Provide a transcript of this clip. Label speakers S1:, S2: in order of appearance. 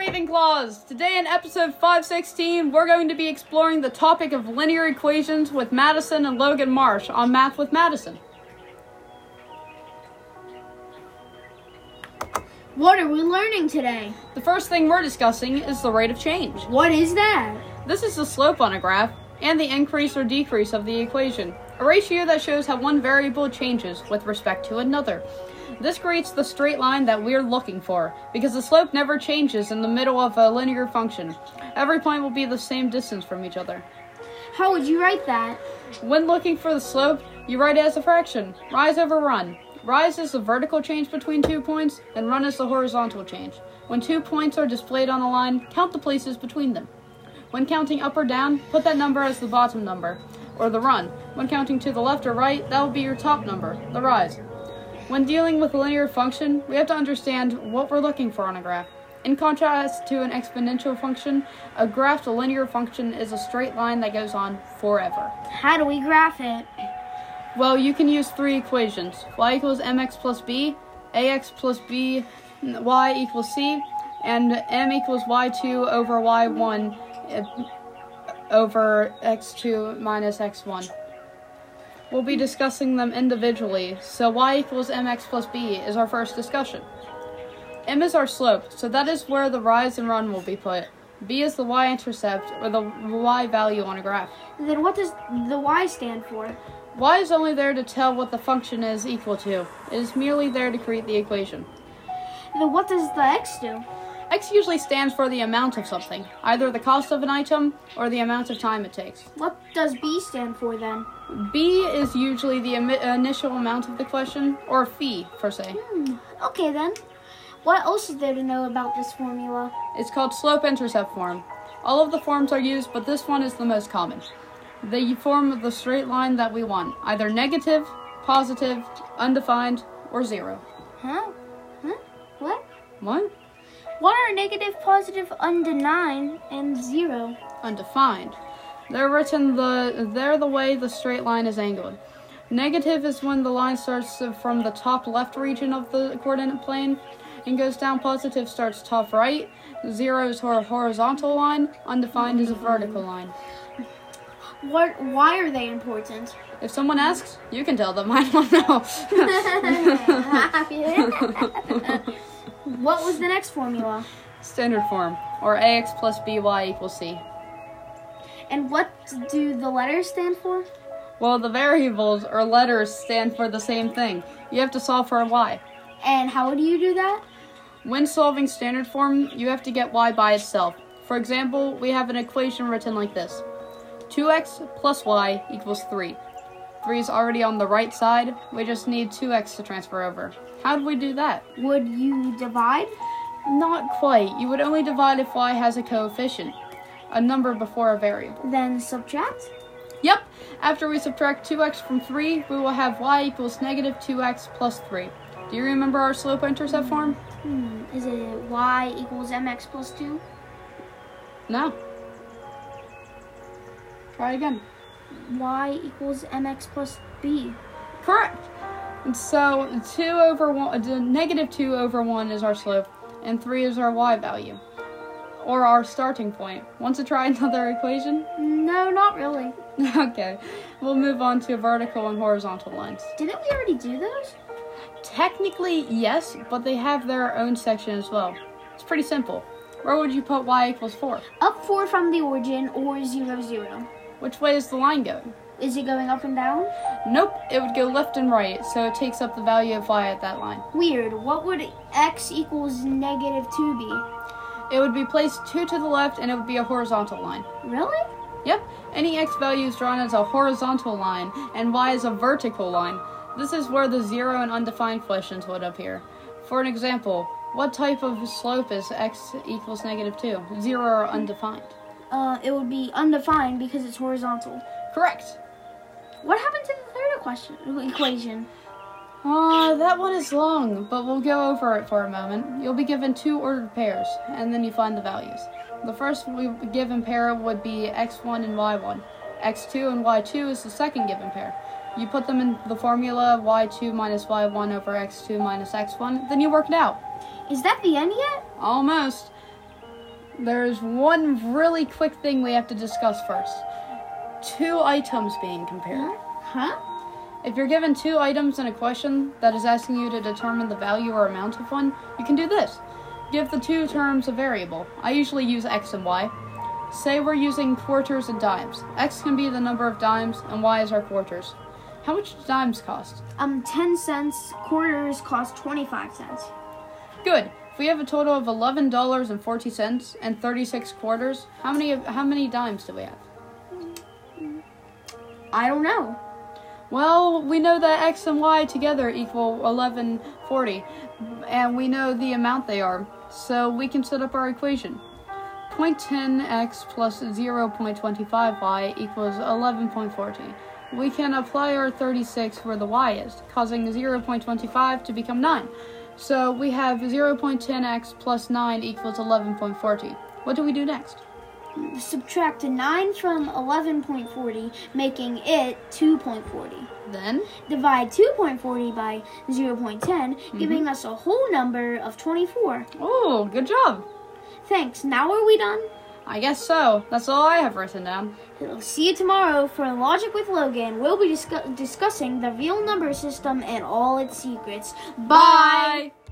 S1: Saving Clause. Today in episode 516, we're going to be exploring the topic of linear equations with Madison and Logan Marsh on Math with Madison.
S2: What are we learning today?
S1: The first thing we're discussing is the rate of change.
S2: What is that?
S1: This is the slope on a graph and the increase or decrease of the equation, a ratio that shows how one variable changes with respect to another. This creates the straight line that we're looking for, because the slope never changes in the middle of a linear function. Every point will be the same distance from each other.
S2: How would you write that?
S1: When looking for the slope, you write it as a fraction, rise over run. Rise is the vertical change between two points, and run is the horizontal change. When two points are displayed on a line, count the places between them. When counting up or down, put that number as the bottom number, or the run. When counting to the left or right, that will be your top number, the rise. When dealing with a linear function, we have to understand what we're looking for on a graph. In contrast to an exponential function, a graph to linear function is a straight line that goes on forever.
S2: How do we graph it?
S1: Well, you can use three equations y equals mx plus b, ax plus b, y equals c, and m equals y2 over y1 uh, over x2 minus x1. We'll be discussing them individually, so y equals mx plus b is our first discussion. m is our slope, so that is where the rise and run will be put. b is the y intercept, or the y value on a graph.
S2: Then what does the y stand for?
S1: y is only there to tell what the function is equal to, it is merely there to create the equation.
S2: Then what does the x do?
S1: X usually stands for the amount of something, either the cost of an item or the amount of time it takes.
S2: What does b stand for then?
S1: B is usually the imi- initial amount of the question, or fee, per se.
S2: Okay then. What else is there to know about this formula?
S1: It's called slope intercept form. All of the forms are used, but this one is the most common. The form of the straight line that we want, either negative, positive, undefined, or zero.
S2: Huh? Huh? What?
S1: What?
S2: What are negative, positive, undefined, and zero?
S1: undefined. They're written the they're the way the straight line is angled. Negative is when the line starts from the top left region of the coordinate plane and goes down. Positive starts top right. Zero is a horizontal line. Undefined is a vertical line.
S2: What? Why are they important?
S1: If someone asks, you can tell them. I don't know.
S2: what was the next formula?
S1: Standard form, or ax plus by equals c.
S2: And what do the letters stand for?
S1: Well, the variables or letters stand for the same thing. You have to solve for y.
S2: And how do you do that?
S1: When solving standard form, you have to get y by itself. For example, we have an equation written like this 2x plus y equals 3. 3 is already on the right side, we just need 2x to transfer over. How do we do that?
S2: Would you divide?
S1: Not quite. You would only divide if y has a coefficient, a number before a variable.
S2: Then subtract?
S1: Yep, after we subtract 2x from 3, we will have y equals negative 2x plus 3. Do you remember our slope intercept form?
S2: Hmm, is it y equals mx plus 2?
S1: No. Try again.
S2: y equals mx plus b.
S1: Correct. And So two over one, uh, negative two over one is our slope, and three is our y value, or our starting point. Want to try another equation?
S2: No, not really.
S1: okay, we'll move on to vertical and horizontal lines.
S2: Didn't we already do those?
S1: Technically, yes, but they have their own section as well. It's pretty simple. Where would you put y equals four?
S2: Up 4 from the origin or 0, 0.
S1: Which way is the line going?
S2: Is it going up and down?
S1: Nope, it would go left and right, so it takes up the value of y at that line.
S2: Weird. What would x equals negative 2 be?
S1: It would be placed two to the left, and it would be a horizontal line.
S2: Really?
S1: Yep, any x value is drawn as a horizontal line, and y is a vertical line. This is where the zero and undefined questions would appear. For an example, what type of slope is x equals negative 2? Zero or undefined?
S2: Uh, it would be undefined because it's horizontal.
S1: Correct.
S2: What happened to the third question, equation?
S1: Uh, that one is long, but we'll go over it for a moment. You'll be given two ordered pairs, and then you find the values. The first we- given pair would be x1 and y1. x2 and y2 is the second given pair. You put them in the formula y2 minus y1 over x2 minus x1, then you work it out.
S2: Is that the end yet?
S1: Almost. There's one really quick thing we have to discuss first. Two items being compared.
S2: Huh?
S1: If you're given two items in a question that is asking you to determine the value or amount of one, you can do this. Give the two terms a variable. I usually use x and y. Say we're using quarters and dimes. X can be the number of dimes, and y is our quarters. How much do dimes cost?
S2: Um, 10 cents. Quarters cost 25 cents.
S1: Good. If we have a total of eleven dollars and forty cents and thirty-six quarters, how many how many dimes do we have?
S2: I don't know.
S1: Well, we know that x and y together equal 1140, and we know the amount they are, so we can set up our equation. 0.10x plus 0.25y equals 11.40. We can apply our 36 where the y is, causing 0.25 to become 9. So we have 0.10x plus 9 equals 11.40. What do we do next?
S2: Subtract a 9 from 11.40, making it 2.40.
S1: Then,
S2: Divide 2.40 by 0.10, giving us a whole number of 24.
S1: oh, good job!
S2: Thanks. Now are we done?
S1: I guess so. That's all I have written down.
S2: We'll see you tomorrow for Logic with Logan. We'll be discu- discussing the real number system and all its secrets. Bye.
S1: Bye.